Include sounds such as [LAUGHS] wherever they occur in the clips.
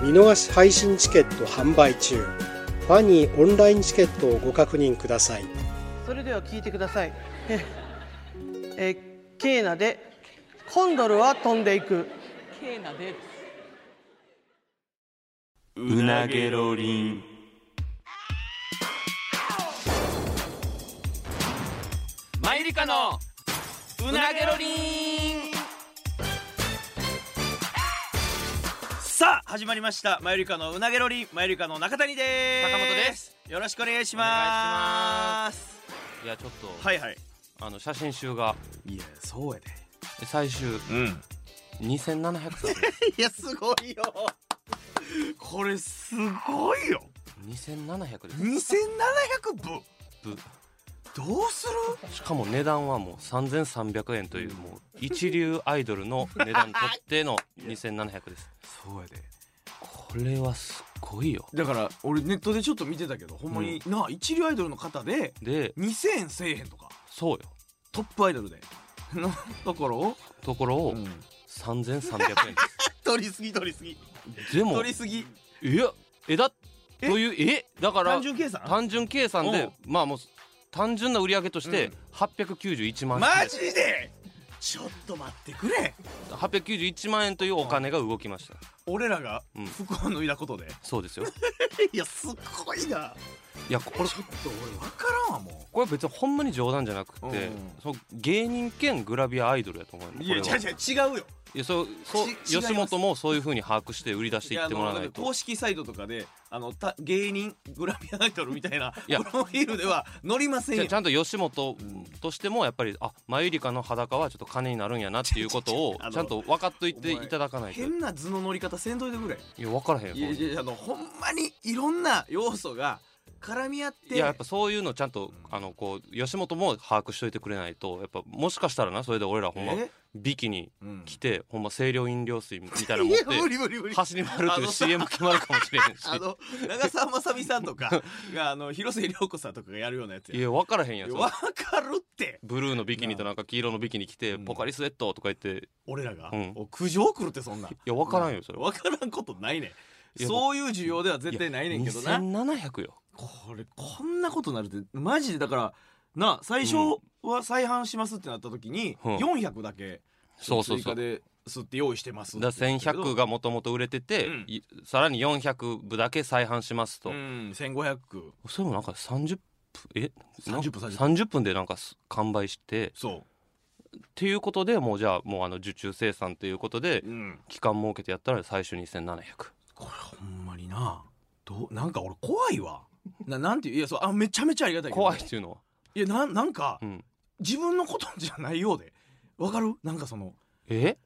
見逃し配信チケット販売中ファニーオンラインチケットをご確認くださいそれでは聞いてください [LAUGHS] えーえーケーナでコンドルは飛んでいくケーナでうなげろりんマイリカのうなげろりんさあ始まりましたマユリカのうなげロリンマユリカの中谷です坂本ですよろしくお願いしますいやちょっと、はいはいあの写真集がいやそうやで最終うん2700冊です [LAUGHS] いやすごいよこれすごいよ2700です2700部ぶどうするしかも値段はもう3300円というもう一流アイドルの値段とって [LAUGHS] の2700ですそうやでこれはすっごいよだから俺ネットでちょっと見てたけどほんまに、なあ一流アイドルの方でで2,000円せえへんとかそうよトップアイドルで [LAUGHS] のところを、ところをうん3300円で [LAUGHS] 取りすぎ取りすぎすでも取りすぎいやえだえというえだから単純計算単純計算うでんまあもう単純な売り上げとしてうん891万円マジでちょっと待ってくれ891万円というお金が動きました俺らがうん服を脱いだことで、そうですよいやすごいないやこれちょっと俺分からんわもこれ別にほんまに冗談じゃなくて、うんその芸人兼グラビアアイドルやと思うよいや違こうれは違う違うよいやそうそうち違います吉本もそういうふうに把握して売り出していってもらわないやあのと公式サイトとかであのた芸人グラビアアイドルみたいないやプロフィールでは載りませんじゃよあちゃんと吉本としてもやっぱりあマユリカの裸はちょっと金になるんやなっていうことをあのちゃんと分かっといていただかないとい変な図の乗り方せんといてくれや分からへんよいそやんないやいやあのほんまにいろんな要素が絡み合っていややっぱそういうのちゃんと、あのこう吉本も把握しといてくれないとやっぱもしかしたらなそれで俺らほんまえビキにうん来て、ほんま清涼飲料水みたいなの持っ [LAUGHS] ていや無理無理無理走り回るとあいうのさ CM 決まるかもしれへんしあの長澤まさみさんとかがあの広末涼子さんとかがやるようなやついやや分からへんやん分それかるってブルーのビキニとなんか黄色のビキニ着て、うんポカリスエットとか言ってい俺らが、うんお苦情来るってそんなんや分からんよそれは分からんことないねいやそういう需要では絶対ないねんけどな2700よこれこんなことなるってマジでだからな最初は再販しますってなった時に、うん400だけそうそう追そうだ加かですって用意してますら1100ががもともと売れてて、うんいさらに400部だけ再販しますと、うん1500それもなんか30分えな30分30 30分でなんかす完売してそっていうことでもうじゃあもうあの受注生産ということでううん期間設けてやったら最初2700これほんまになどうなんか俺怖いわななんていういやそうあめちゃめちゃありがたいけど怖いっていうのは、いやなんなんか、うん、自分のことじゃないようでわかるなんかそのえ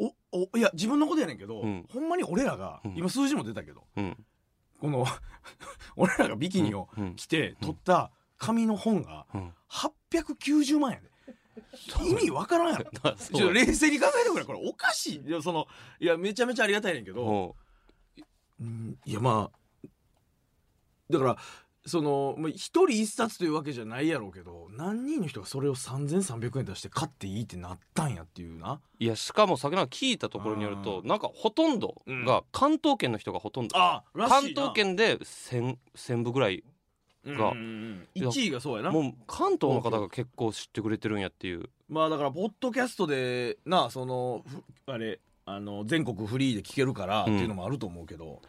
おおいや自分のことやねんけど、うんほんまに俺らが、うん今数字も出たけどうんこの [LAUGHS] 俺らがビキニをうんうん着て撮った紙の本がうん890万円で意味わからん [LAUGHS] やろだちょっと冷静に考えてくれこれおかしいいやそのいやめちゃめちゃありがたいねんけどもうんいやまあだからそのまあ一人一冊というわけじゃないやろうけど何人の人がそれを3300円出して買っていいってなったんやっていうなういやしかも先ほど聞いたところによるとうなんかほとんどが関東圏の人がほとんど、あらしいな関東圏で 1000, 1000部ぐらいがうんうんうん1位がそうやなもう関東の方が結構知ってくれてるんやっていうまあだからポッドキャストでなそのふあれあの全国フリーで聞けるからっていうのもあると思うけど、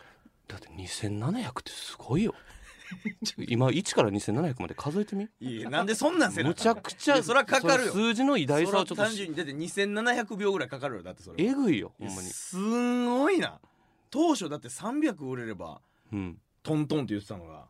だって2700ってすごいよ [LAUGHS] 今1から2700まで数えてみいやなんでそん [LAUGHS] なんせなあむかんちゃくちいゃやそらかかるよその数字の偉大さをちょそっらと単純に出て2700秒ぐらいかかるよだってそれはえぐいよほんまに、すんごいな当初だって300売れればうん、トントンって言ってたのが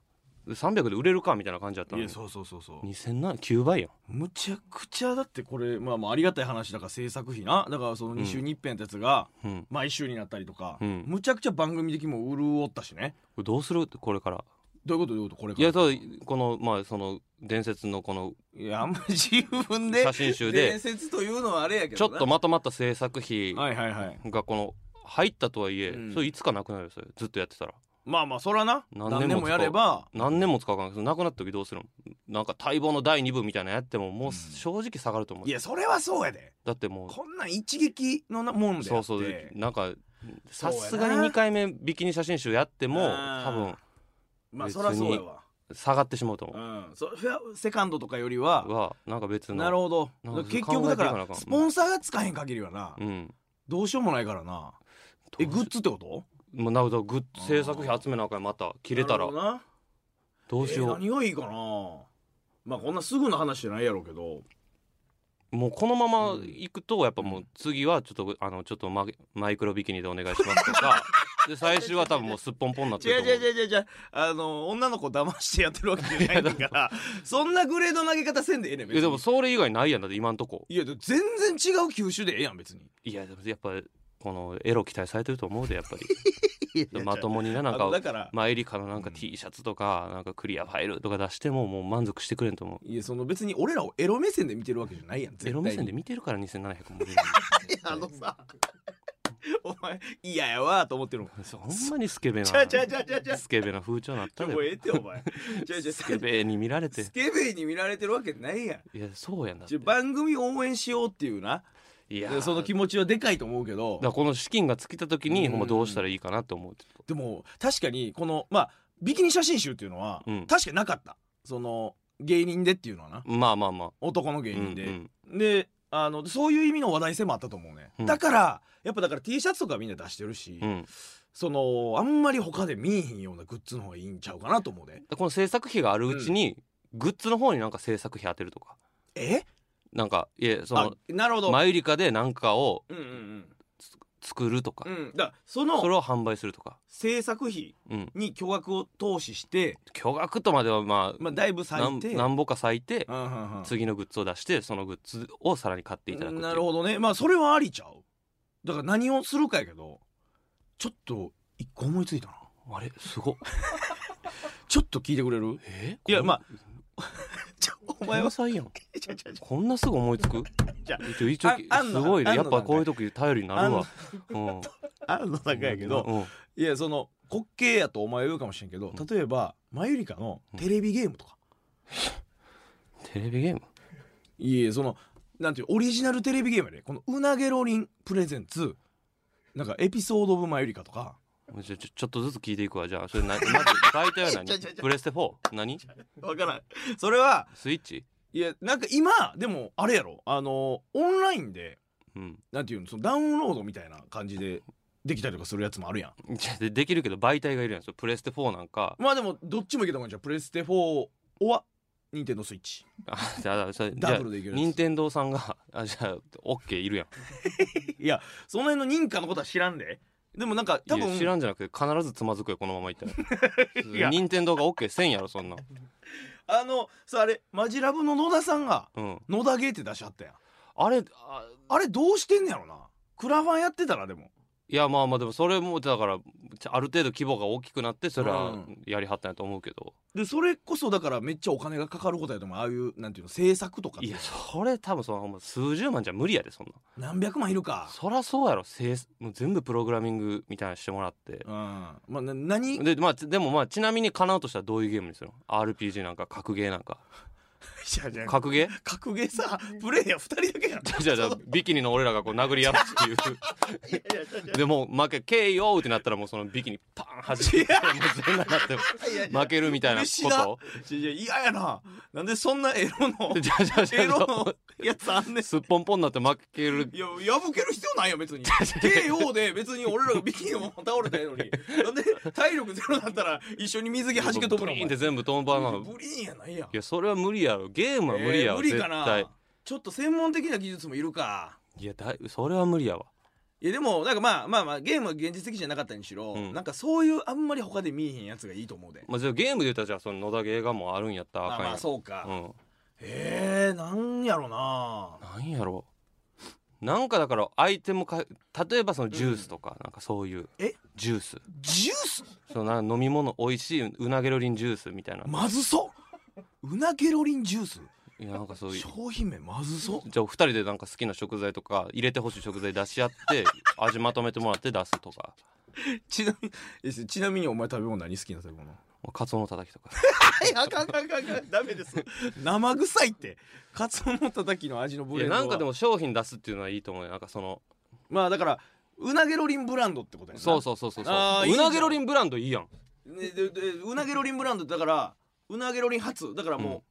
300で売れるかみたいな感じだったいのやにそうそうそうそう2009倍やんむちゃくちゃだってこれまあまあありがたい話だから制作費なだからその2週に1遍のやつがうん毎週になったりとか、うんむちゃくちゃ番組的にも潤ったしねこれどうするってこれからどういうことどういうことこれかいらやただこのまあその伝説のこのいやあんまり自分で写真集で伝説というのはあれやけどちょっとまとまった制作費はいはいはいがこの入ったとはいえ、うんそれいつかなくなるよそれずっとやってたらまあまあそらな何年も何年もやれば何年も使うかんけどなくなった時どうするのなんか待望の第2部みたいなのやってももう正直下がると思う、いやそれはそうやでだってもうこんなん一撃のなもんでそうそうやってなんかそさうやなすがに2回目ビキニ写真集やってもあ多ー分まあ別そにらそうやわ下がってしまうと思うんそれはセカンドとかよりはうはなんか別のなるほどなんか結局考えてだかいかなあからんスポンサーがつかへん限りはな、うんどうしようもないからなえグッズってこともうなるほどグッズ制作費集めなあかんまた切れたらなるほどなどうしよえー何がいいかなまあこんなすぐの話じゃないやろうけどうもうこのまま行くとやっぱもう次はちょっとあのちょっとママイクロビキニでお願いしますと [LAUGHS] かで最終は多分もうすっぽんぽんになって違るうと思違うう違う違う違うあの女の子騙してやってるわけじゃないんだから [LAUGHS] そんなグレード投げ方せんでええねんい別にやでもそれ以外ないやんだって今んとこいやでも全然違う球種でええやん別にいやでもやっぱこのエロ期待されてると思うでやっぱ [LAUGHS] いやいりやまともにななんあのだかからマイリカのなんか T シャツとかなんかクリアファイルとか出してももう満足してくれんと思ういやその別に俺らをエロ目線で見てるわけじゃないやん絶対エロに目線で見てるから2700も [LAUGHS] 出るいやあのさお前嫌やわと思ってるもんそうほんまにスケベな [LAUGHS] ちゃうちゃうちゃうちゃうちゃうスケベな風潮になったでもうええって [LAUGHS] お前じゃあじゃスケベに見られてスケベに見られてるわけないやんいやそうやんだってじゃあ番組応援しようっていうないやその気持ち持ちはでかいと思うけどだからこの資金が尽きた時にうんほんまどうしたらいいかなって思うでも確かにこのまあビキニ写真集っていうのは、うん確かになかったその芸人でっていうのはなまあまあまあ男の芸うんう人で、んであのそういう意味の話題性もあったと思うね、うんだからやっぱだから T シャツとかみんな出してるし、うんそのあんまり他で見えへんようなグッズの方がいいんちゃうかなと思うででこの制作費があるうちにグッズの方になんか制作費当てるとかえなんかいやそあのなるほど、マユリカで何かをうんうん作るとかうんうんだからそそれのを販売するとか制作費うんに巨額を投資して、巨額とまではまあまあ、だいぶ割いてなんぼか割いてうんうんうん次のグッズを出してそのグッズをさらに買っていただくっていうなるほどねまあそれはありちゃうだから何をするかやけどちょっと一個思いついたなあれすごっ [LAUGHS] ちょっと聞いてくれるえいやまああちょお前天は才やんちょちょちょこんなすぐ思いつくじゃあ一応一応ああんすのごいあねんやのっぱこういう時頼りになるわうんあるのだけやけどうんいやその滑稽やとお前は言うかもしれんけど例えばマユリカのテレビゲームとかテレビゲームいえそのなんていうオリジナルテレビゲームやでこの「うなげろりんプレゼンツ」なんかエピソード・オブ・マユリカとかちょちょちょっとずつ聞いていくわじゃあそれなまず媒体は何 [LAUGHS] ちょちょちょプレステ4何わからんそれはスイッチいやなんか今でもあれやろあのオンラインでうんなんていうのそのダウンロードみたいな感じでできたりとかするやつもあるやんじゃあでできるけど媒体がいるやんそれプレステ4なんかまあでもどっちもいけたもんじゃんプレステ4はニンテンドースイッ [LAUGHS] チあじゃあそれじゃダあブルでいけるや任つ天堂さんがあじゃあオッケーいるやんいやその辺の認可のことは知らんででもなんか多多分分知らんじゃなくて必ずつまずくよこのままいった [LAUGHS] いやら任天堂がオッケーせんやろそんなんあのさあれマジラブの野田さんがうん野田ゲーって出しはったやんあれああれどうしてんねやろなクラファンやってたらでもいやまあまあでもそれもだからちゃある程度規模が大きくなってそれうはんやりはったんやと思うけど、でそれこそだからめっちゃお金がかかることやと思うああいうなんていうの制作とかっていやそれ多分そのほんま数十万じゃ無理やでそんな何百万いるかそらそうやろせいもう全部プログラミングみたいなのしてもらってうんまあな何で,、まあ、ちでもまあちなみにかなうとしたらどういうゲームにするの RPG なんか格ゲーなんかいやいや格 [LAUGHS] ゲー格ゲーさプレイヤー2人だけやんじゃあじゃあビキニの俺らがこう殴り合う [LAUGHS] っていうでもう負け「KO」ってなったらもうそのビキニパーン弾いてもう全裸になって負けるみたいなこ嬉しいなといやいや嫌やななんでそんなエロのじゃあじゃあじゃエあじゃロあのやつあんねんすっぽんぽんなって負けるいや破ける必要ないよ別に KO で別に俺らがビキニを倒れたのになんで体力ゼロだったら一緒に水着弾け飛ぶブのリーンって全部飛ばなのブリーンやないやいんやそれは無理やろゲームは無理やえーわ、無理か絶対なちょっと専門的な技術もいるかいやだいそれは無理やわいやでもなんかまあまあまあゲームは現実的じゃなかったにしろ、うんなんかそういうあんまり他で見えへんやつがいいと思うでまあ、じゃあゲームで言ったらじゃあその野田ゲーがもうあるんやったらまああかんやまあそうか、うんえー、なんやろななんやろなんかだからアイテムか例えばそのジュースとか、なんかそういうえジュースジュースそのなんか飲み物美味しいうなげろりんジュースみたいな、まずそううなゲロリンジュースいやなんかそういう商品名まずそ [LAUGHS] うじゃあお二人でなんか好きな食材とか入れてほしい食材出し合って味まとめてもらって出すとかちなみにちなみにお前食べ物何好きな食べ物カツオのたたきとかいやあかんあかんあかんあかんダメです生臭いってカツオのたたきの味のいブレやンドはなんかでも商品出すっていうのはいいと思うよなんかそのまあだからうなゲロリンブランドってことやなそうそうそうそうそうあーいいじうゃんなげろりんブランドいいやんねででうなげろりんブランドだからうなげろりん初だからも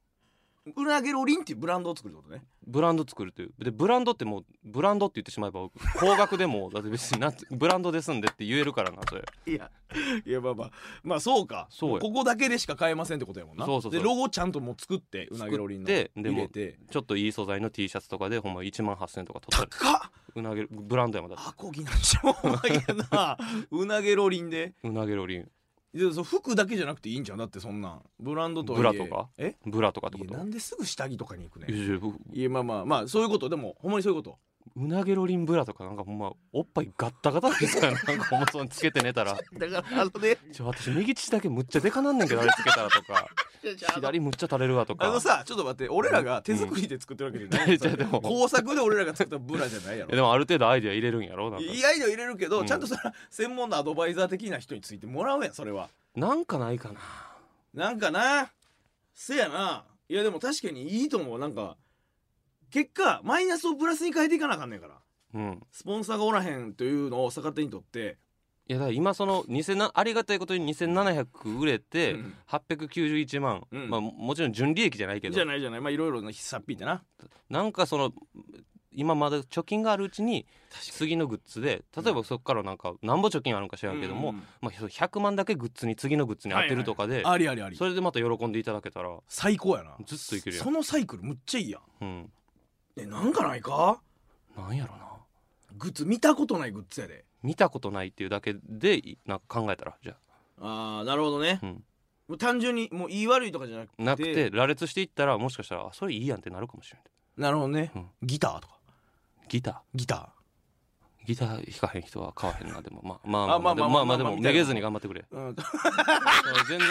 う、うなげろりんっていうブランドを作るってことねブランド作るというでブランドってもうブランドって言ってしまえば高額でもだって別になんてブランドですんでって言えるからなそれいや [LAUGHS] いやまあまあまあそうかそうよここだけでしか買えませんってことやもんなそうそうそうでロゴちゃんともう作ってうなげろりんの作ってで入もれてちょっといい素材の T シャツとかでほんま1万8000円とか取った高っりうなげブランドやもんだっアコギなんちゃうまいやな [LAUGHS] うなげろりんでてうなげろりんでそう服だけじゃなくていいんじゃんだってそんなんブランドとはいえブラとかえブラとかってこいやとなんですぐ下着とかに行くねいやいやういやまあまあまあそういうことでもほんまにそういうことうなげろりんブラとかなんかほんまおっぱいガッタガタですからなんかほんまそのつけて寝たらだからあのねちょ私右乳だけむっちゃでかなんねんけどあれつけたらと [LAUGHS] か左むっちゃ垂れるわとかあのさちょっと待って俺らが手作りで作ってるわけじゃなうい、ん [LAUGHS] じゃあでも工作で俺らが作ったブラじゃないやえろでもある程度アイデア入れるんやろなんかいやいや入れるけど、うんちゃんとそれは専門のアドバイザー的な人についてもらうやんそれはなんかないかななんかなせやないやでも確かにいいと思うなんか結果マイナスをプラスに変えていかなあかんねんからうんスポンサーがおらへんというのを逆手にとっていやだから今その2000なありがたいことに2700売れてうん891万、うんまあ、もちろん純利益じゃないけじゃどないじゃないまあいろいろなさっぴいてななんかその今まだ貯金があるうちに次のグッズで例えばそこからなんかなんぼ貯金あるんか知らんけども、うんうんまあ、そう100万だけグッズに次のグッズに当てるとかで、ありありありそれでまた喜んでいただけたら最高やなずっといけるやんそのサイクルむっちゃいいやうんんえなんかないかなんやろなグッズ見たことないグッズやで見たことないっていうだけでいなんか考えたらじゃああなるほどねあ、うん、もう単純にもう言い悪いとかじゃなくてなくて羅列していったらもしかしたらあそれいいやんってなるかもしれないなるほどね、うんギターとかギターギタギター弾かへん人は買わへんなでもまあまああまあでもままあまああまあでまあもまあめみたいなげずに頑張ってく [LAUGHS] れー、うん、そう全然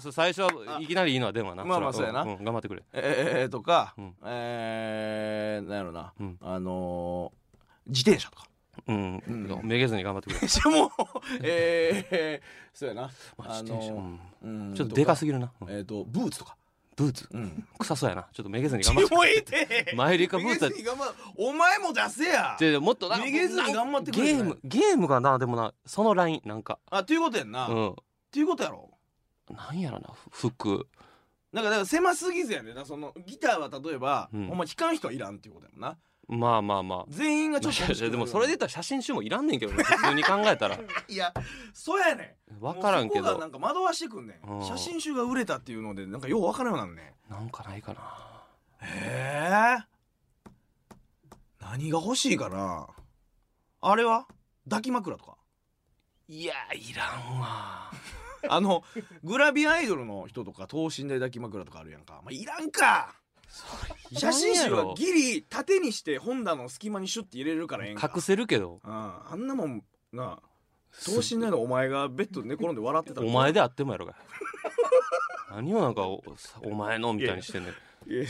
そう最初はいきなりいいのはでもなまあまあれはそうやなんん頑張ってくれえー、とか、うんえー、なんやろな、うんあのー、自転車とか [LAUGHS] うん、うんめげずに頑張ってくれ、しもうえー、そうやな、まあ、自転車、のーうんうんちょっとでかぎすぎるな、うんえー、とブーツとかブーツうん臭そうやなちょっとめげずにキ頑張 [LAUGHS] ってモいてマイリカブーツはめげずに頑張るお前も出せやでもっとなんかめげずに頑張ってくれゲじーゃないムゲームがなでもなそのラインなんかあっていうことやんな、うっんていうことやろなんやろな服なんかだから狭すぎずやねんなそのギターは例えば、うんほんま弾かん人はいらんっていうことやもんなまあまあまあ全員がちょっとい欲しくやないでもそれで言ったら写真集もいらんねんけどね普通に考えたらいやそうやねん分からんけもうそこがなどんか惑わしてくんねうんん写真集が売れたっていうのでなんかよう分からんようなんねなんかないかなへえ何が欲しいかなあれは抱き枕とかいやいらんわ [LAUGHS] あのグラビアアイドルの人とか等身大抱き枕とかあるやんか、まあ、いらんか写真集はギリ縦にして本棚の隙間にシュッて入れるからええんか隠せるけどうんあんなもんなあ等身大のお前がベッドで寝転んで笑ってたらお前であってもや [LAUGHS] ろが何をなんかおお前のみたいにしてんねんいや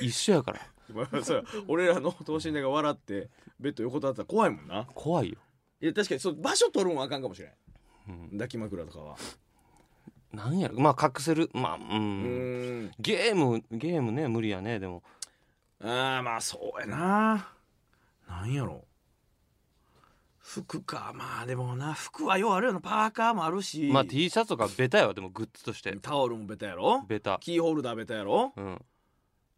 一緒やからまあそう俺らの等身大が笑ってベッド横たわってたら怖いもんな怖いよ、いや確かにそう場所取るんはあかんかもしれんうん、抱き枕とかはなんやろまあ隠せるまあううんーんゲームゲームね無理やねでもあーまあそうやななんやろ服かまあでもな服はようあるよなパーカーもあるし、まあ T シャツとかベタやわでもグッズとしてタオルもベタやろベタキーホルダーベタやろうん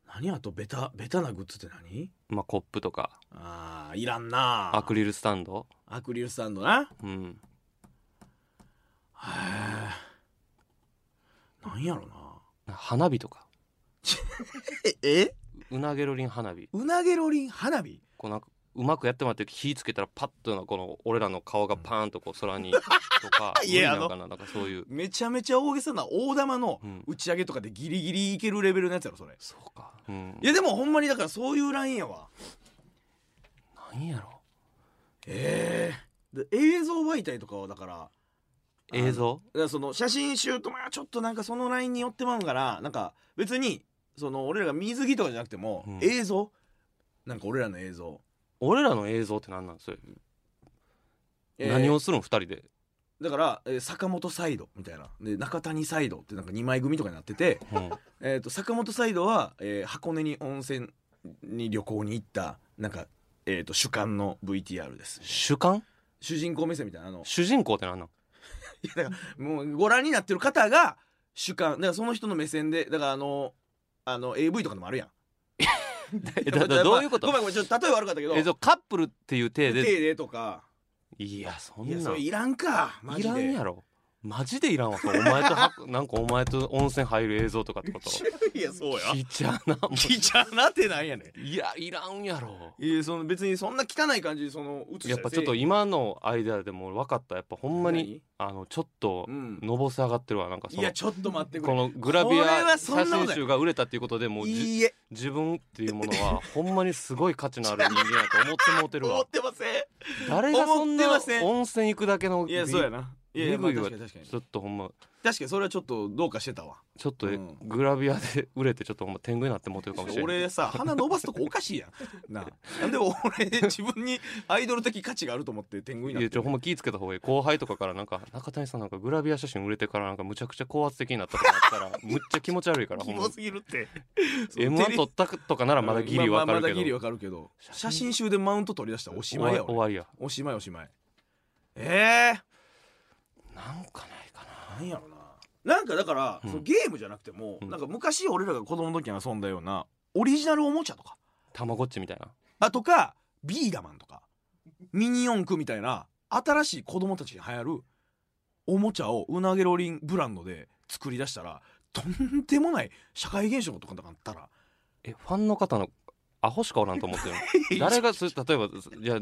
何あとベタベタなグッズって何まあコップとかあーいらんなアクリルスタンドアクリルスタンドなうんなんやろな花火とかええうなげろりん花火うなげろりん花火こうなんかうまくやってもらって火つけたらパッとなこの俺らの顔がパーンとこう空にと [LAUGHS] かい無や理なんかななんかそういうめちゃめちゃ大げさな大玉のうん打ち上げとかでギリギリいけるレベルのやつやろそれそうか、うんい、やでもほんまにだからそういうラインやわなんやろええ映像媒体とかはだから映像だからその写真集とまあちょっとなんかそのラインによってまうんからなんか別にその俺らが水着とかじゃなくても、うん映像なんか俺らの映像、俺らの映像って何なんそれ、えー何をするの二人で、だから、えー坂本サイドみたいなで中谷サイドってなんか2枚組とかになってて、うん、えー、と坂本サイドは、えー箱根に温泉に旅行に行ったなんか、えー、と主観の VTR です主観主人公目線みたいなあの主人公って [LAUGHS] 何なんいやだからもうご覧になってる方が主観だからその人の目線でだからあのあの AV とかでもあるやんえだだどういうことごめんごめんちょっと例え悪かったけど映像カップルっていう体手ででとかいやそんいやそなんれいいらんかマジでらんやろマジでいらんわお前と [LAUGHS] はなんかお前と温泉入る映像とかってこといやそうや聞いちゃ [LAUGHS] うなも聞いちゃうなってなんやねういやいらんやろんいやその別にそんな汚い感じでその映したりやっぱちょっとせえ今のアイデアでも分かったやっぱほんまにあのちょっと何うんのぼせ上がってるわなんかそいのやちょっと待ってくこれのグラビこれアは写そんなことない真集が売れたっていうことでもうじいいえ自分っていうもの [LAUGHS] はほんまにすごい価値のある人間やと思ってもうてる思わってません誰がそんな思ってません温泉行くだけのいやそうやないやいや、まあ、ビグ確ビグかに確かにちょっとほんま確かにそれはちょっとどうかしてたわちょっとえうんグラビアで売れてちょっとほんま天狗になってもうてるかもしれない俺さ鼻伸ばすとこおかしいやんなあ [LAUGHS] なんで俺自分にアイドル的価値があると思って天狗にいなってやちょほんま気ぃつけた方がいい後輩とかからなんか中谷さんなんかグラビア写真売れてからなんかむちゃくちゃ高圧的になったとか [LAUGHS] あったらむっちゃ気持ち悪いからほキんまモすぎるって m 1取ったとかならまだギリわかるまあまあまだけギリどわかるけど写真集でマウント取り出したらおし終まわいりや終俺わりやおしまいおしまいええなんかないかななんやろななんかだから、うんそのゲームじゃなくても、うんなんか昔俺らが子供の時に遊んだようなオリジナルおもちゃとかたまごっちみたいなあとかビーダマンとかミニ四駆みたいな新しい子供たちに流行るおもちゃをうなげろりんブランドで作り出したらとんでもない社会現象とかだったらえファンの方のアホしかおらんと思ってる [LAUGHS] 誰がそれ例えばいや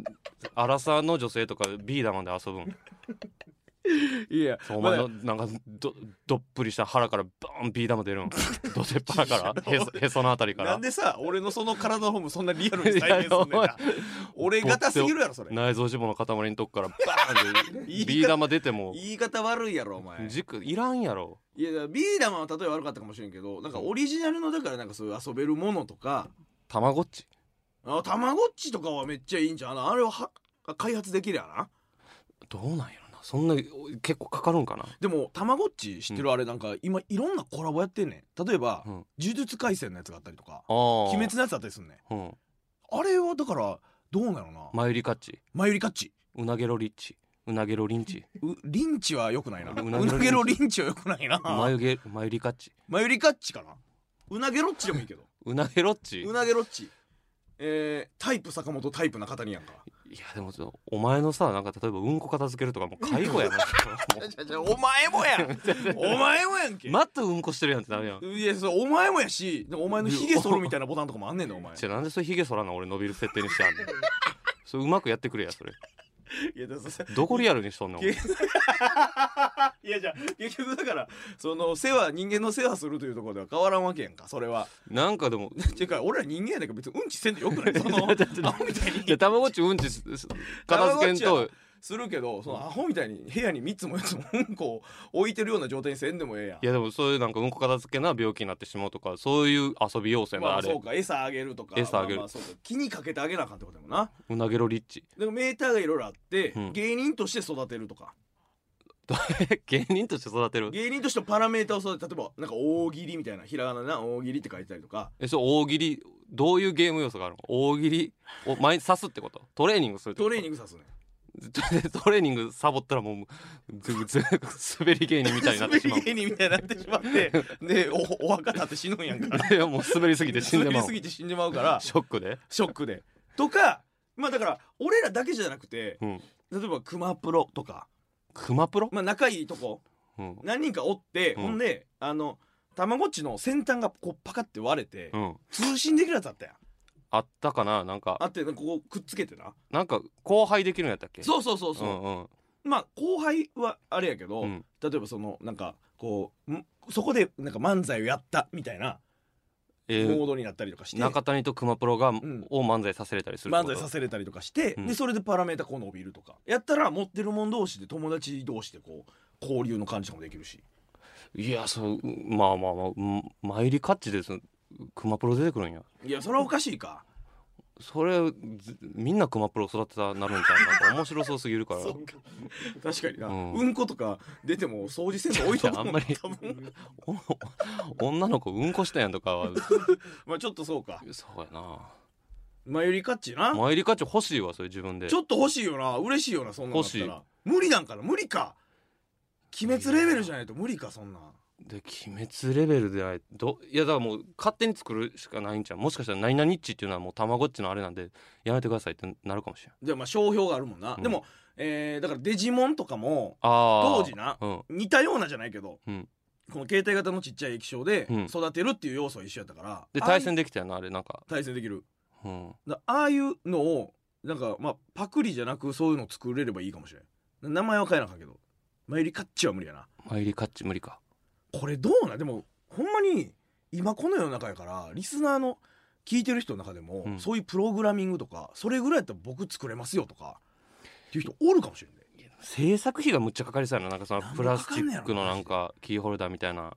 アラサーの女性とかビーダーまで遊ぶんいやそうお前のなんかどどっぷりした腹からバーンビー玉 [LAUGHS] 出るんどてっぱらからへそへそのあたりかならんでさ俺のその体のフォームそんなリアルに [LAUGHS] 再現すんねんいやおいな俺がたすぎるやろそれ内臓脂肪の塊のとこからバーンって [LAUGHS] 言い方ビー玉出ても言い方悪いやろお前軸いらんやろいやだからビーダマンは例え悪かったかもしれんけどなんかオリジナルのだからなんかそういう遊べるものとかたまごっちあたまごっちとかはめっちゃいいんじゃんあのあれはは開発できるやなどうなんやろなそんなお結構かかるんかなでもたまごっち知ってるあれなんか今いろんなコラボやってんねん例えば、うん呪術廻戦のやつがあったりとかあ鬼ー滅のやつだったりすんねんうんあれはだからどうなのな、マユリカッチマユリカッチうなげろリッチうなげろリンチうリンチはよくないなううななげろリンチげろリンチはよくないなマユゲマユリカッチマユリカッチかなうなげろっちでもいいけどうなげろっちうなげろっちえー、タイプ坂本タイプ中谷やんかいやでもちょっとお前のさなんか例えばうんこ片付けるとかもう介護やな [LAUGHS] もうお前もやんお前もやんけ、またうんこしてるやんってなるやんいやそうお前もやしなんかお前のヒゲ剃るみたいなボタンとかもあんねんだお前じゃなんでそれヒゲ剃らな俺伸びる設定にしてあんのそれうまくやってくれやそれいやだから [LAUGHS] さどこリアルにしとんのけいやじゃあ結局だからその世話人間の世話するというところでは変わらんわけやんかそれはなんかでもていうか俺ら人間やねんから別にうんちせんでよくないその [LAUGHS] アホみたいいやにたまごっちうんちすす片付けんたまごっとちするけどそのアホみたいに部屋に3つも4つもうんこを置いてるような状態にせんでもええやんいやでもそういうなんかうんこ片付けな病気になってしまうとかそういう遊び要素やな、まああれそううか餌あげるとか餌あげるままそうか気にかけてあげなあかんってことやもんななげろリッチでもメーターがいろいろあって、うん芸人として育てるとか芸人として育てる芸人としてのパラメーターを育て例えばなんか大喜利みたいなひらがなでな大喜利って書いてたりとかえそう大喜利どういうゲーム要素があるの大喜利を前に刺すってことトレーニングするってこトとレーニングさすね [LAUGHS] トレーニングサボったらもうずず滑り芸人みたいになってしまう滑り芸人みたいになってしまってでおお墓立って死ぬんやんかいや [LAUGHS] もう滑りすぎて死んでま滑りうシすぎて死んでまうからョックで、ショックでとかまあだから俺らだけじゃなくてうん、例えばクマプロとか、クマプロ、まあ、仲いいとこうん何人かおって、うんほんであのたまごっちの先端がこうパカって割れて、うん、通信できるやつあったやんあったかななんあかってここくっつけてななんか後輩できるんやったっけそうそうそうそう、んうんまあ後輩はあれやけど、うん例えばそのなんかこうんそこでなんか漫才をやったみたいなえモーードになったりとかして、中谷と熊プロが、んを漫才させれたりするって漫こと才させれたりとかして、うんでそれでパラメータこう伸びるとかやったら持ってるもん同士で友達同士でこう交流の感じとかもできるしいやそうまあまあまあうんマイリカッチです熊プロ出てくるんやいやそれはおかしいかそれずみんな熊プロ育てたなるんちゃうなんか面白そうすぎるから [LAUGHS] 確かにな、う、うんんことか出ても掃除せんと置いとくもんあんまり多分お女の子うんこしたやんとかはまあちょっとそうかそうやな前よりかっちなマイリカッチ欲しいわそれ自分でちょっと欲しいよな嬉しいよなそんなんだった欲ら無理なんかな無理か鬼滅レベルじゃないと無理かそんなんで鬼滅レベルでないどいやだからもう勝手に作るしかないんちゃうもしかしたら何々っちっていうのはもうたまごっちのあれなんでやめてくださいってなるかもしれんじゃあまあ商標があるもんな、うんでも、えー、だからデジモンとかもああ当時なうん似たようなじゃないけど、うんこの携帯型のちっちゃい液晶でうん育てるっていう要素は一緒やったから、でああ対い戦できたよなあれなんか対戦できるうんだああいうのをなんかまあパクリじゃなくそういうの作れればいいかもしれん名前は変えなあかんけどマユリカッチは無理やなマイリカッチ無理かこれどうなでもほんまに今この世の中やからリスナーの聞いてる人の中でも、うんそういうプログラミングとかそれぐらいやったら僕作れますよとかっていう人おるかもしれんね制作費がむっちゃかかりそうやななんかそのなんぼプラスチックのかかんねやろななんかキーホルダーみたいな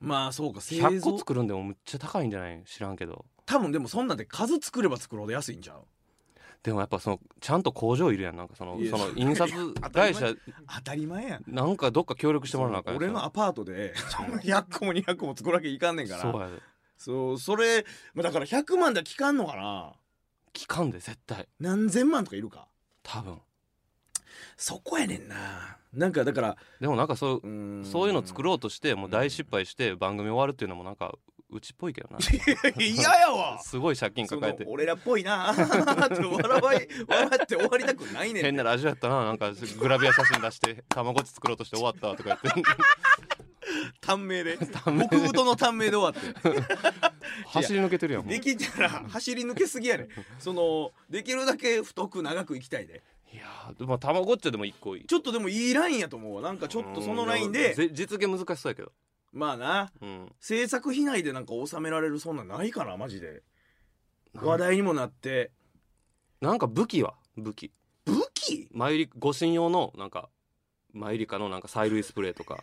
まあそうか製100造個作るんでもむっちゃ高いんじゃない知らんけど多分でもそんなんで数作れば作るほど安いんちゃうでもやっぱそのちゃんと工場いるやんなんかそのいやその印刷会社当たり前やんなんかどっか協力してもらわなあかんやん俺のアパートでそんな100個も200個も作るわけいかんねんからそうやでそうそれまあだから100万では効かんのかな期間で絶対何千万とかいるか多分そこやねんななんかだからでもなんかそううーんそういうの作ろうとしてもう大失敗して番組終わるっていうのもなんかうちっぽいけどな嫌やわ [LAUGHS] すごい借金そ抱えのて俺らっぽいなあ [LAUGHS] って笑い笑って終わりたくないね変んなラジオやったななんかグラビア写真出 [LAUGHS] してたまごっち作ろうとして終わったとか言って短 [LAUGHS] 命で極太の短命で終わって走り抜けてるやんもうできたら走り抜けすぎや [LAUGHS] ねんそのできるだけ太く長くいきたいでいやーでもまあたまごっちでも一個いいちょっとでもいいラインやと思うわなんかちょっとそのラインでぜ実現難しそうやけどまあなうん制作費内でなんか収められるそんなんないかなマジで話題にもなってなんか武器は武器武器マユリ護身用のなんかマユリカのなんか催涙スプレー [LAUGHS] とか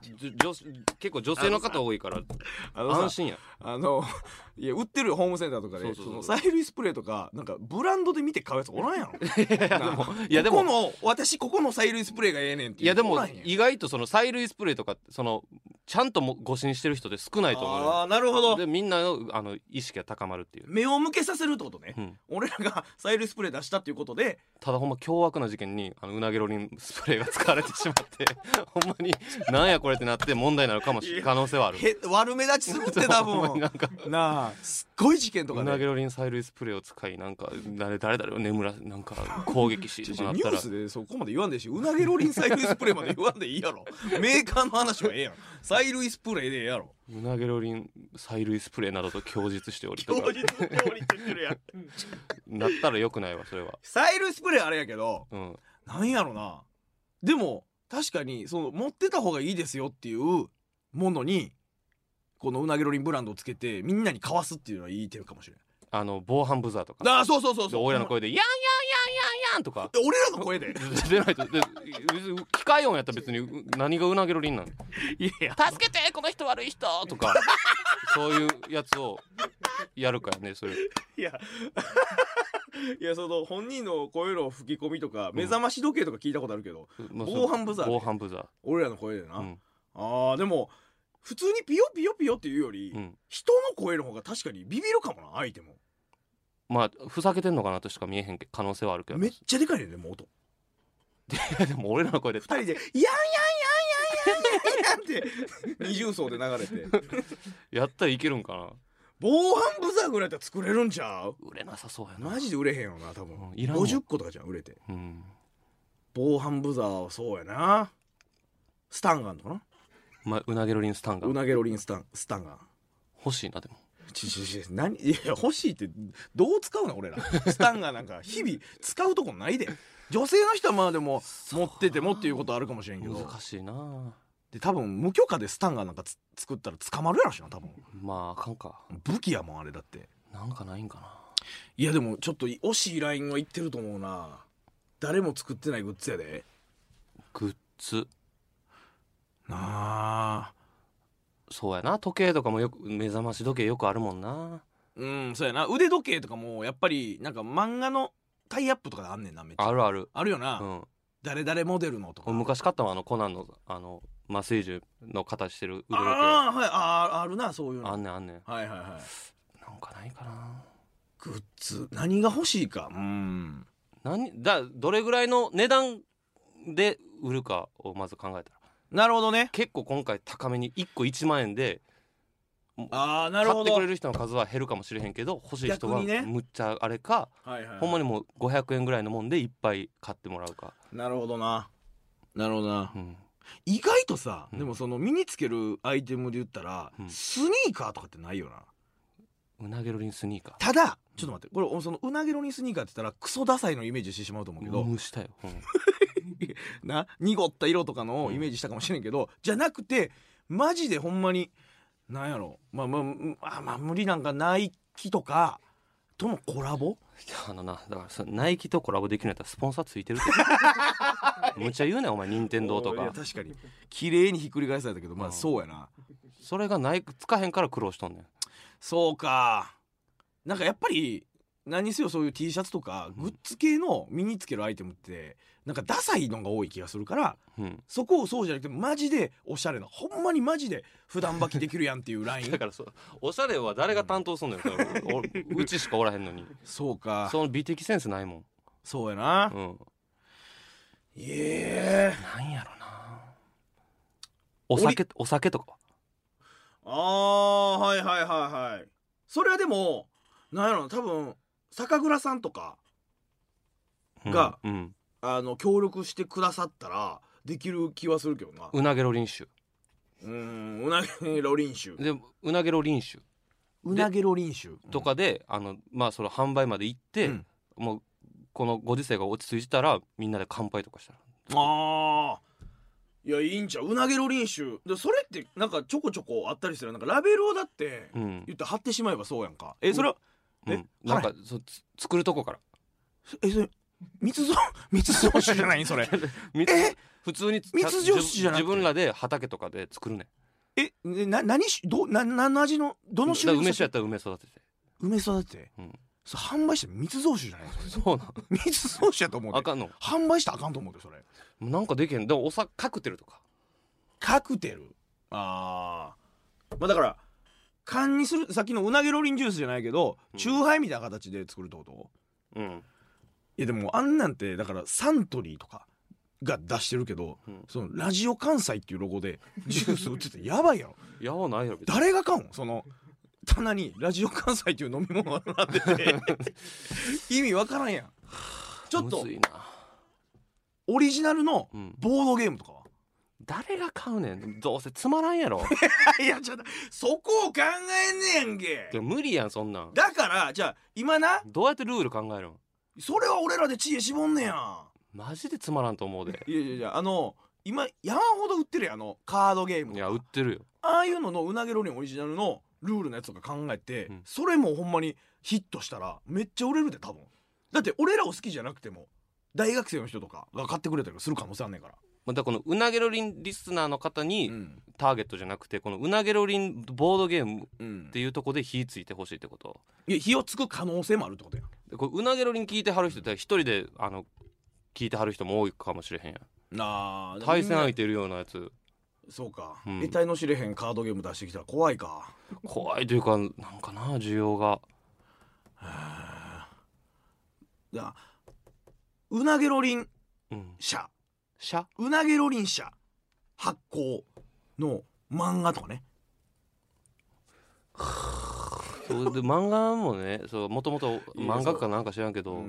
じょ女結構女性の方多いからあ安心やあのいや売ってるよホームセンターとかでそそうそうそうの催涙スプレーとかなんかブランドで見て買うやつおら [LAUGHS] んやろいやでもいやでここもの私ここの催涙スプレーがええねんっていやでおもらんん意外とその催涙スプレーとかそのちゃんとも護身してる人って少ないと思うあよあなるほどでみんなのあの意識が高まるっていう、目を向けさせるってことね、うん、俺らが催涙スプレー出したっていうことでただほんま凶悪な事件にあのうなげロリンスプレーが使われてしまって [LAUGHS] ほんまになんやこれってなって問題になるかもしれ可能性 [LAUGHS] はあるへ悪目立ちするって [LAUGHS] 多分なあすっごい事件とかうなげねロリン催涙スプレーを使いなんか誰誰だろう眠らなんか攻撃しちとょかちなょっニたューらスでそこまで言わんでええしうなげロリン催涙スプレーまで言わんでいい [LAUGHS] やろメーカーの話はええやん催涙スプレーでええやろうなげロリン催涙スプレーなどと供述しておりとか [LAUGHS] なったらよくないわそれは催涙スプレーあれやけどうんなんやろなでも確かにその持ってた方がいいですよっていうものにこのうなぎロリンブランドをつけてみんなにかわすっていうのはいい手かもしれないあの防犯ブザーとかああそうそうそうでそう親の声で「やんやんやんやんやん」とかで俺らの声で出ないとで別に機械音やったら別にう何がうなげろりんなのいや助けてこの人悪い人とかそういうやつをやるからねそれいやいやその本人の声の吹き込みとか目覚まし時計とか聞いたことあるけど、まあそれ防犯ブザー防犯ブザ俺らの声でな、ーうんあーでも普通にピヨピヨピヨっていうより、うん人の声の方が確かにビビるかもな相手もまあふざけてんのかなとしか見えへんけ可能性はあるけどめっちゃでかいねんでもう音でも俺らの声で二人で「やんやんやんやんやんやん」って二重奏で流れてやったらいけるんかな防犯ブザーぐらいだったら作れるんちゃう売れなさそうやなマジで売れへんよな多う分んいらんわ50個とかじゃん売れてうん防犯ブザーはそうやなスタンガンとかなまあうなげろりんスタンガうンなげロリンスタンスタンガン欲しいなでもちちち何いや欲しいってどう使うの俺らスタンがなんか日々使うとこないで女性の人はまあでも持っててもっていうことあるかもしれんけど難しいなで多分無許可でスタンガーなんかつ作ったら捕まるやろしな多分まああかんか武器やもんあれだってなんかないんかないやでもちょっと惜しいラインはいってると思うな誰も作ってないグッズやでグッズなあそうやな時計とかもよく目覚まし時計よくあるもんなうんそうやな腕時計とかもやっぱりなんか漫画のタイアップとかであんねんなめっちゃあるあるあるよな、うん誰々モデルのとか俺昔買ったのはあのコナンのあの麻酔銃の形してる腕時計あああはいあーあるなそういうのんねんあんねんはいはいはいなんかないかなグッズ何が欲しいかうん何だどれぐらいの値段で売るかをまず考えたらなるほどね結構今回高めに1個1万円でああな買るほってどくれる人の数は減るかもしれへんけど欲しい人は逆にねむっちゃあれか、はいはいはいほんまにもう500円ぐらいのもんでいっぱい買ってもらうか、なるほどななるほどなうん、意外とさ、うんでもその身につけるアイテムで言ったら、うんスニーカーとかってないよなうなげろりんスニーカただちょっと待ってこれそのうなげろにスニーカーって言ったらクソダサいのイメージしてしまうと思うけーど、蒸したよ、うんな濁った色とかのをイメージしたかもしれんけど、じゃなくてマジでほんまになんやろまあまあうんあまあ無理なんかナイキとかとのコラボいやあのなだからそのナイキとコラボできるんやったらスポンサーついてるって [LAUGHS] むっちゃ言うねんお前任天堂といやか確かに綺麗にひっくり返されたけどまうあんそうやなそれがナイキつかへんから苦労しとんねんそうかなんかやっぱり何にせよそういう T シャツとかうんグッズ系の身につけるアイテムってなんかダサいのが多い気がするからうん、そこをそうじゃなくてマジでおしゃれなほんまにマジで普段履きできるやんっていうライだ [LAUGHS] ンからそうおしゃれは誰が担当すんのよ、おうちしかおらへんのにそうかそその美的センスないもん、うやなうん、いえなんやろなお酒お酒とかあーはいはいはいはいそれはでもなんやろな多分酒蔵さんとかうんがうん、あの協力してくださったらできる気はするけどなうなげろりん酒うーんうなげろりん酒でうなげろりん酒うなげろりん酒とかで、あのまあその販売まで行って、うんもうこのご時世が落ち着いたらみんなで乾杯とかしたらああいやいいんちゃううなげろりん酒でそれってなんかちょこちょこあったりするなんかラベルをだってうん言って貼ってしまえばそうやんかえそれはえうん、なんかそうつ作るとこからえそれ密造密造酒じゃないんそれみえ普通に密醸酒じゃなくて自分らで畑とかで作るねんえねな何しどな何の味のどだのから種類の梅酒やったら梅育てて梅育てて、うんそれ販売して密造酒じゃないそれそうな密造酒やと思うのあでかんの販売したらあかんと思うでそれなんかできへんでもおさカクテルとかカクテルあーまあだから缶にするさっきのうなげロリンジュースじゃないけど、うんチューハイみたいな形で作るってことうんいやでもあんなんてだからサントリーとかが出してるけど、うんそのラジオ関西っていうロゴでジュース売っててやばいやろやばないやろ別に誰が買うんその棚にラジオ関西っていう飲み物が [LAUGHS] 並んでて意味わからんやんちょっとむずいな、オリジナルのうん、ボードゲームとかは誰が買うねんどうせつまらん [LAUGHS] やろいやちょっとそこを考えんねやんけでも無理やんそんなんだからじゃあ今などうやってルール考えるんそれは俺らで知恵絞んねやマジでつまらんと思うでいやいやいやあの今山ほど売ってるやんあのカードゲームいとやか売ってるよああいうののうなげロリンオリジナルのルールのやつとか考えて、うんそれもほんまにヒットしたらめっちゃ売れるで多分だって俺らを好きじゃなくても大学生の人とかが買ってくれたりする可能性あんねんから、またこのうなげろりんリスナーの方うにんターゲットじゃなくてこのうなげろりんボードゲームうんっていうとこで火ついてほしいってこといや火をつく可能性もあるってことやんでこれうなげろりん聞いてはる人って一人であの聞いてはる人も多いかもしれへんやんなあ対戦みん相手いるようなやつなそうか、うん得体の知れへんカードゲーム出してきたら怖いか怖いというかなんかな需要がいやうなげロリンうん社しゃうなげロリン社発行の漫画とかねそうで漫画もね [LAUGHS] そうもともと漫画かなんか知らんけど、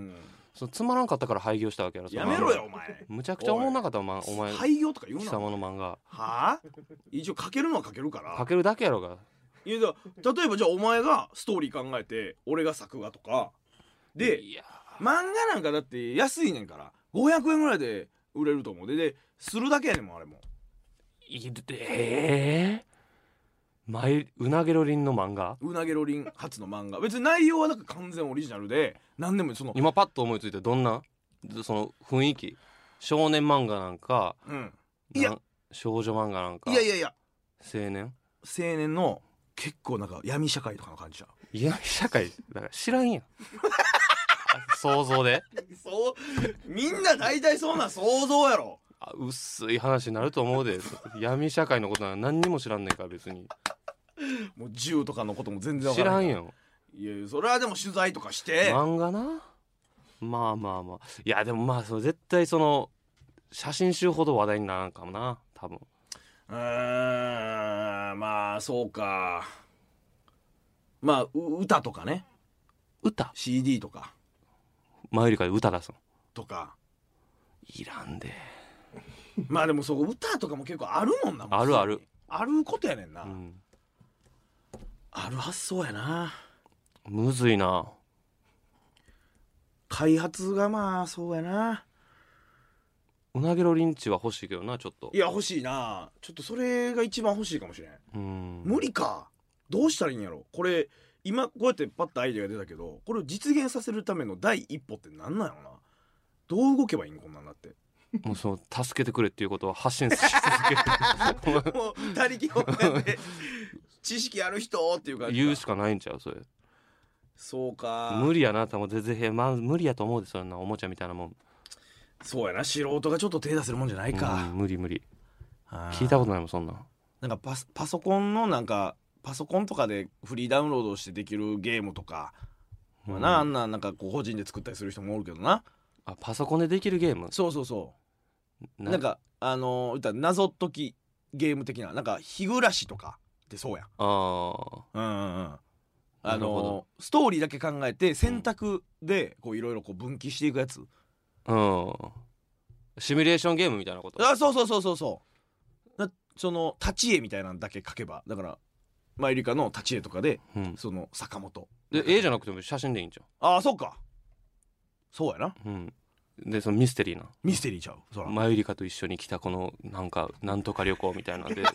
そのつまらんかったから廃業したわけやろそのや漫画めろよお前むちゃくちゃ思んなかったお前お前廃業とか言う貴な様の漫画はあ一応書けるのは書けるからかけるだけやろがいやだから例えばじゃあお前がストーリー考えて俺が作画とかでいや漫画なんかだって安いねんから500円ぐらいで売れると思うででするだけやねんもんあれもいるええマイうなげろりんの漫画うなげろりん初の漫画別に内容はなんか完全オリジナルで何でもその今パッと思いついてどんなその雰囲気少年漫画なんかうんないや少女漫画なんかいやいやいや青年青年の結構なんか闇社会とかの感じじゃんいや社会だから知らんやん [LAUGHS] 想像でそうみんな大体そんなん想像やろあ薄い話になると思うで闇社会のことなんか何にも知らんねんから別にもう銃とかのことも全然わ知かららんんやんいやいやそれはでも取材とかして漫画なまあまあまあいやでもまあその絶対その写真集ほど話題にならんかもな多分うーんまあそうかまあう歌とかね歌 CD とか前よりかで歌出すのとかいらんでまあでもそう歌とかも結構あるもんなもうあるあるあることやねんな、うんある発想やなむずいな開発がまあそうやなうなげろリンチは欲しいけどなちょっといや欲しいなちょっとそれが一番欲しいかもしれんうん無理かどうしたらいいんやろこれ今こうやってパッとアイデアが出たけどこれを実現させるための第一歩ってなんなんやろなどう動けばいいんこんなんだってもうその助けてくれっていうことは発信し続ける [LAUGHS] もう他力本願で知識ある人っていう感じか言うしかないんちゃうそれそうか無理やな多分全然まあ無理やと思うでそんなおもちゃみたいなもんそうやな素人がちょっと手出せるもんじゃないうんか、無理無理あー聞いたことないもんそんなんなんかパスパソコンのなんかパソコンとかでフリーダウンロードしてできるゲームとか、まあなあんななんかこう個人で作ったりする人もおるけどなあパソコンでできるゲームそうそうそうななんかあのー、言ったら謎解きゲーム的ななんか日暮らしとかってそうやんああうんうんうんなあるほのどーストーリーだけ考えて選択でこういろいろこう分岐していくやつ、うんシミュレーションゲームみたいなことあそうそうそうそうそうなその立ち絵みたいなのだけ書けばだからマイリカの立ち絵とかでうんその坂本で絵じゃなくても写真でいいんじああそうかそうやなゃんうんでそのミステリーなミステリーちゃうそらマユリカと一緒に来たこのなんかなんとか旅行みたい [LAUGHS] なんでそ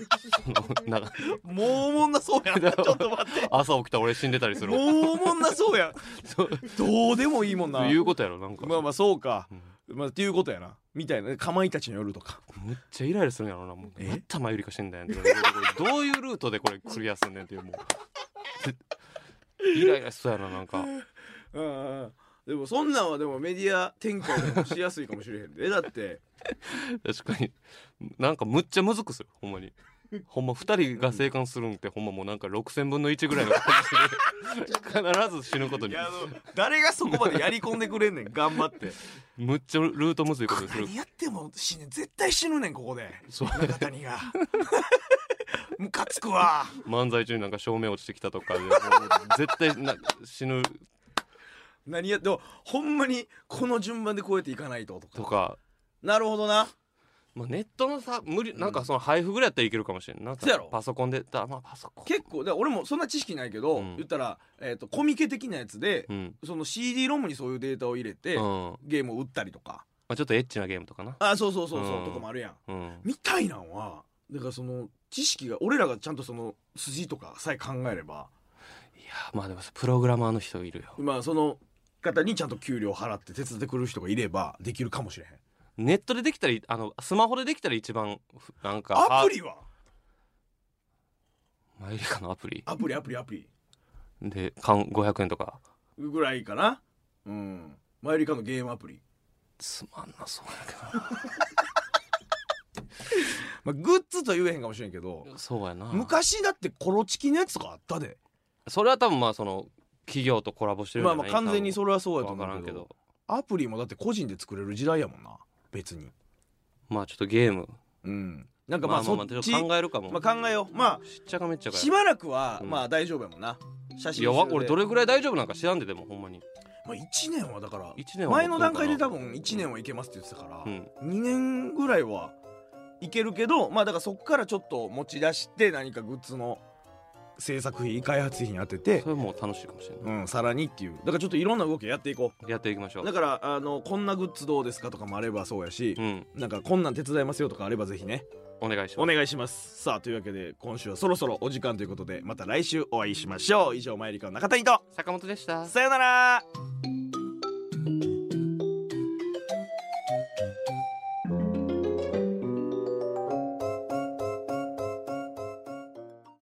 のなんかもうおもんなそう [LAUGHS] やんちょっと待って朝起きたら俺死んでたりするもうおもんなそうやん [LAUGHS] そうどうでもいいもんな [LAUGHS] そういうことやろなんかまあまあそうかうんまあっていうことやなみたいなかまいたちの夜とかむっちゃイライラするんやろなもうえまたマユリカ死んだやんってこれこれどういうルートでこれクリアすんねんっていうもうイライラしそうやななんかうんうんうんでもそんなんはでもメディア展開でもしやすいかもしれへんでだって確かになんかむっちゃむずくするほんまにほんま2人が生還するんってほんまもうなんか6,000分の1ぐらいの感 [LAUGHS] じで必ず死ぬこといにやあの誰がそこまでやり込んでくれんねん頑張ってむっちゃルートむずいことにする何やっても死ね絶対死ぬねんここでそう中 [LAUGHS] 谷がムカつくわ漫才中になんか照明落ちてきたと [LAUGHS] かでもう絶対な死ぬ何やってもほんまにこの順番でこうやっていかないととかとか、なるほどなまあ、ネットのさ無理なんかその配布ぐらいやったらいけるかもしれんないそうやろパソコンでだまあパソコン結構だから俺もそんな知識ないけど、うん言ったら、えー、とコミケ的なやつで、うん、その CD ロムにそういうデータを入れて、うんまゲームを売ったりとかあ、ちょっとエッチなゲームとかな、あそうそうそうそう、うんとかもあるやんうん、みたいなんはだからその知識が俺らがちゃんとその筋とかさえ考えればいやまあでもプログラマーの人いるよまあその方にちゃんと給料払って手伝ってくれる人がいればできるかもしれへんネットでできたりあのスマホでできたら一番ふなんかアプリはマユリカのアプリアプリアプリアプリで缶500円とかぐらいかなうんマユリカのゲームアプリ、つまんなそうやけどまあ、グッズとは言えへんかもしれんけどなそうやな昔だってコロチキのやつとかあったでそれは多分まあその企業とコラボしてるんじまゃあないまあ完全にそれはそうやと分思からうんけけどどアプリもだって個人で作れる時代やもんな別にまあちょっとゲームうんなんかままああまそあっまあちょっち、と考えるかも、まあ、考えようまあしっちゃかめっちゃかしばらくは、うんまあ大丈夫やもんな写真いやわ俺どれ、れぐらい大丈夫なんか知らんででもほんまにまあ、1年はだから一年は前の段階で多どうか分1年はいけますって言ってたから、うん2年ぐらいはいけるけどまあだからそっからちょっと持ち出して何かグッズの制作費開発費に当ててそ、れも楽しいかもしれなうん、さらにっていうだからちょっといろんな動きをやっていこいやっていきましょううだからあのこんなグッズどうですかとかもあればそうやしう、んなんかこんなん手伝いますよとかあればぜひねお願いしおます願いしますさあというわけで今週はそろそろお時間ということでまた来週お会いしましょう以上マイリカの中谷と坂本でしたさよなら